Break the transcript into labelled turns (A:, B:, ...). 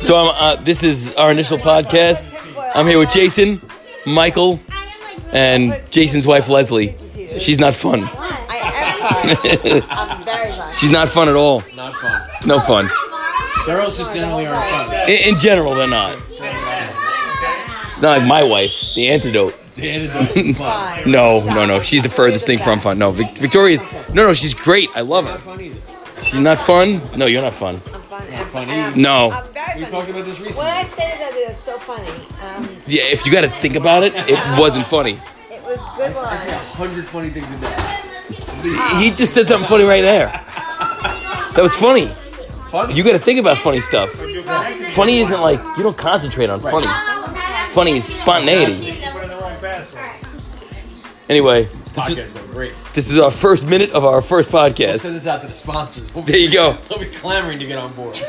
A: So I'm, uh, this is our initial podcast. I'm here with Jason, Michael, and Jason's wife Leslie. She's not fun.
B: I am sorry. I'm very much.
A: She's not fun at all.
C: Not fun.
A: No fun.
C: Girls just generally aren't fun.
A: In, in general, they're not. It's not like my wife, the antidote.
C: The antidote is fun.
A: No, no, no. She's the furthest thing from fun. No, Vic- Victoria's. No, no. She's great. I love
C: Not
A: her.
C: fun either.
A: She's not fun. No, you're not fun.
B: I'm funny.
C: Not
B: I'm,
C: funny.
B: I'm,
A: No.
B: I'm very
C: We
B: funny.
C: talked about this
B: when I
C: recently.
B: say that it is so funny, um,
A: Yeah, if you got to think about it, it wasn't funny.
B: it was good
C: I say a
B: one.
C: hundred funny things a day.
A: He just said something funny right there. That was funny.
C: Fun?
A: You got to think about funny stuff. Funny isn't like you don't concentrate on funny. Funny is spontaneity. Anyway, this, was,
C: Podcast going great.
A: this is our first minute of our first
C: We'll
A: podcast.
C: send this out to the sponsors. We'll be-
A: There you go.
C: They'll be clamoring to get on board.